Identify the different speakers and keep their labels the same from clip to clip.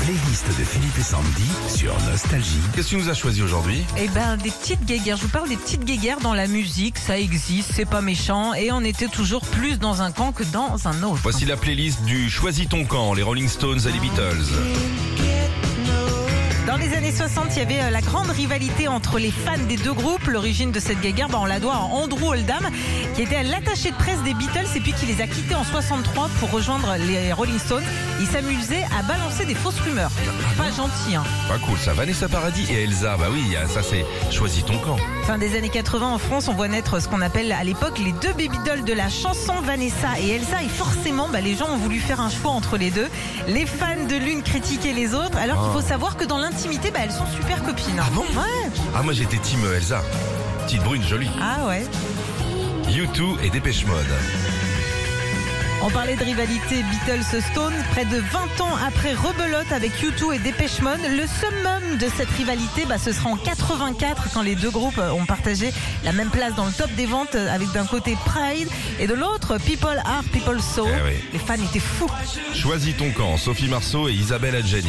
Speaker 1: playlist de Philippe et Sandy sur Nostalgie.
Speaker 2: Qu'est-ce que tu nous as choisi aujourd'hui
Speaker 3: Eh ben, des petites guéguerres. Je vous parle des petites guéguerres dans la musique. Ça existe, c'est pas méchant. Et on était toujours plus dans un camp que dans un autre.
Speaker 2: Voici la playlist du Choisis ton camp, les Rolling Stones et les Beatles.
Speaker 3: Dans les années 60, il y avait euh, la grande rivalité entre les fans des deux groupes. L'origine de cette guéguerre, ben, on la doit à Andrew Oldham, qui était l'attaché de presse des Beatles et puis qui les a quittés en 63 pour rejoindre les Rolling Stones. Il s'amusait à balancer des fausses rumeurs. Pas gentil, hein.
Speaker 2: Pas cool, ça. Vanessa Paradis et Elsa, bah oui, ça c'est Choisis ton camp.
Speaker 3: Fin des années 80 en France, on voit naître ce qu'on appelle à l'époque les deux baby dolls de la chanson Vanessa et Elsa. Et forcément, bah, les gens ont voulu faire un choix entre les deux. Les fans de l'une critiquaient les autres, alors qu'il faut savoir que dans l'intimité, bah, elles sont super copines.
Speaker 2: Ah bon
Speaker 3: Ouais.
Speaker 2: Ah, moi j'étais team Elsa. Petite brune jolie.
Speaker 3: Ah ouais.
Speaker 2: U2 et Dépêche Mode.
Speaker 3: On parlait de rivalité Beatles-Stones. Près de 20 ans après Rebelote avec U2 et Dépêche Mode, le summum de cette rivalité, bah, ce sera en 84 quand les deux groupes ont partagé la même place dans le top des ventes euh, avec d'un côté Pride et de l'autre People Are People Soul.
Speaker 2: Eh oui.
Speaker 3: Les fans étaient fous.
Speaker 2: Choisis ton camp, Sophie Marceau et Isabelle Adjani.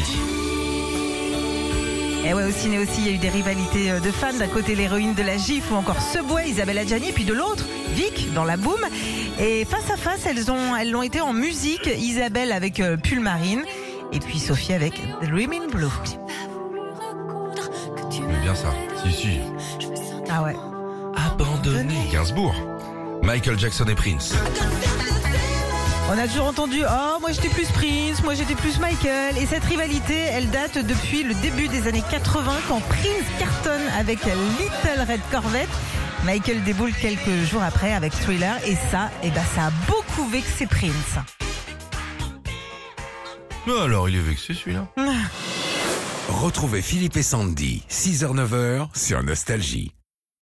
Speaker 3: Et ouais, au ciné aussi, il y a eu des rivalités euh, de fans. D'un côté, l'héroïne de la GIF ou encore Subway, Isabelle Adjani, puis de l'autre, Vic, dans la boum. Et face à face, elles ont, elles l'ont été en musique. Isabelle avec euh, Pull Marine, et puis Sophie avec Dreaming Blue.
Speaker 2: J'aimais bien ça. Si, si.
Speaker 3: Ah ouais.
Speaker 2: Abandonné. Gainsbourg. Michael Jackson et Prince.
Speaker 3: On a toujours entendu Oh, moi j'étais plus Prince, moi j'étais plus Michael. Et cette rivalité, elle date depuis le début des années 80 quand Prince cartonne avec Little Red Corvette. Michael déboule quelques jours après avec Thriller. Et ça, eh ben, ça a beaucoup vexé Prince.
Speaker 2: Mais Ah, alors, il est vexé celui-là.
Speaker 1: Retrouvez Philippe et Sandy, 6h-9h sur Nostalgie.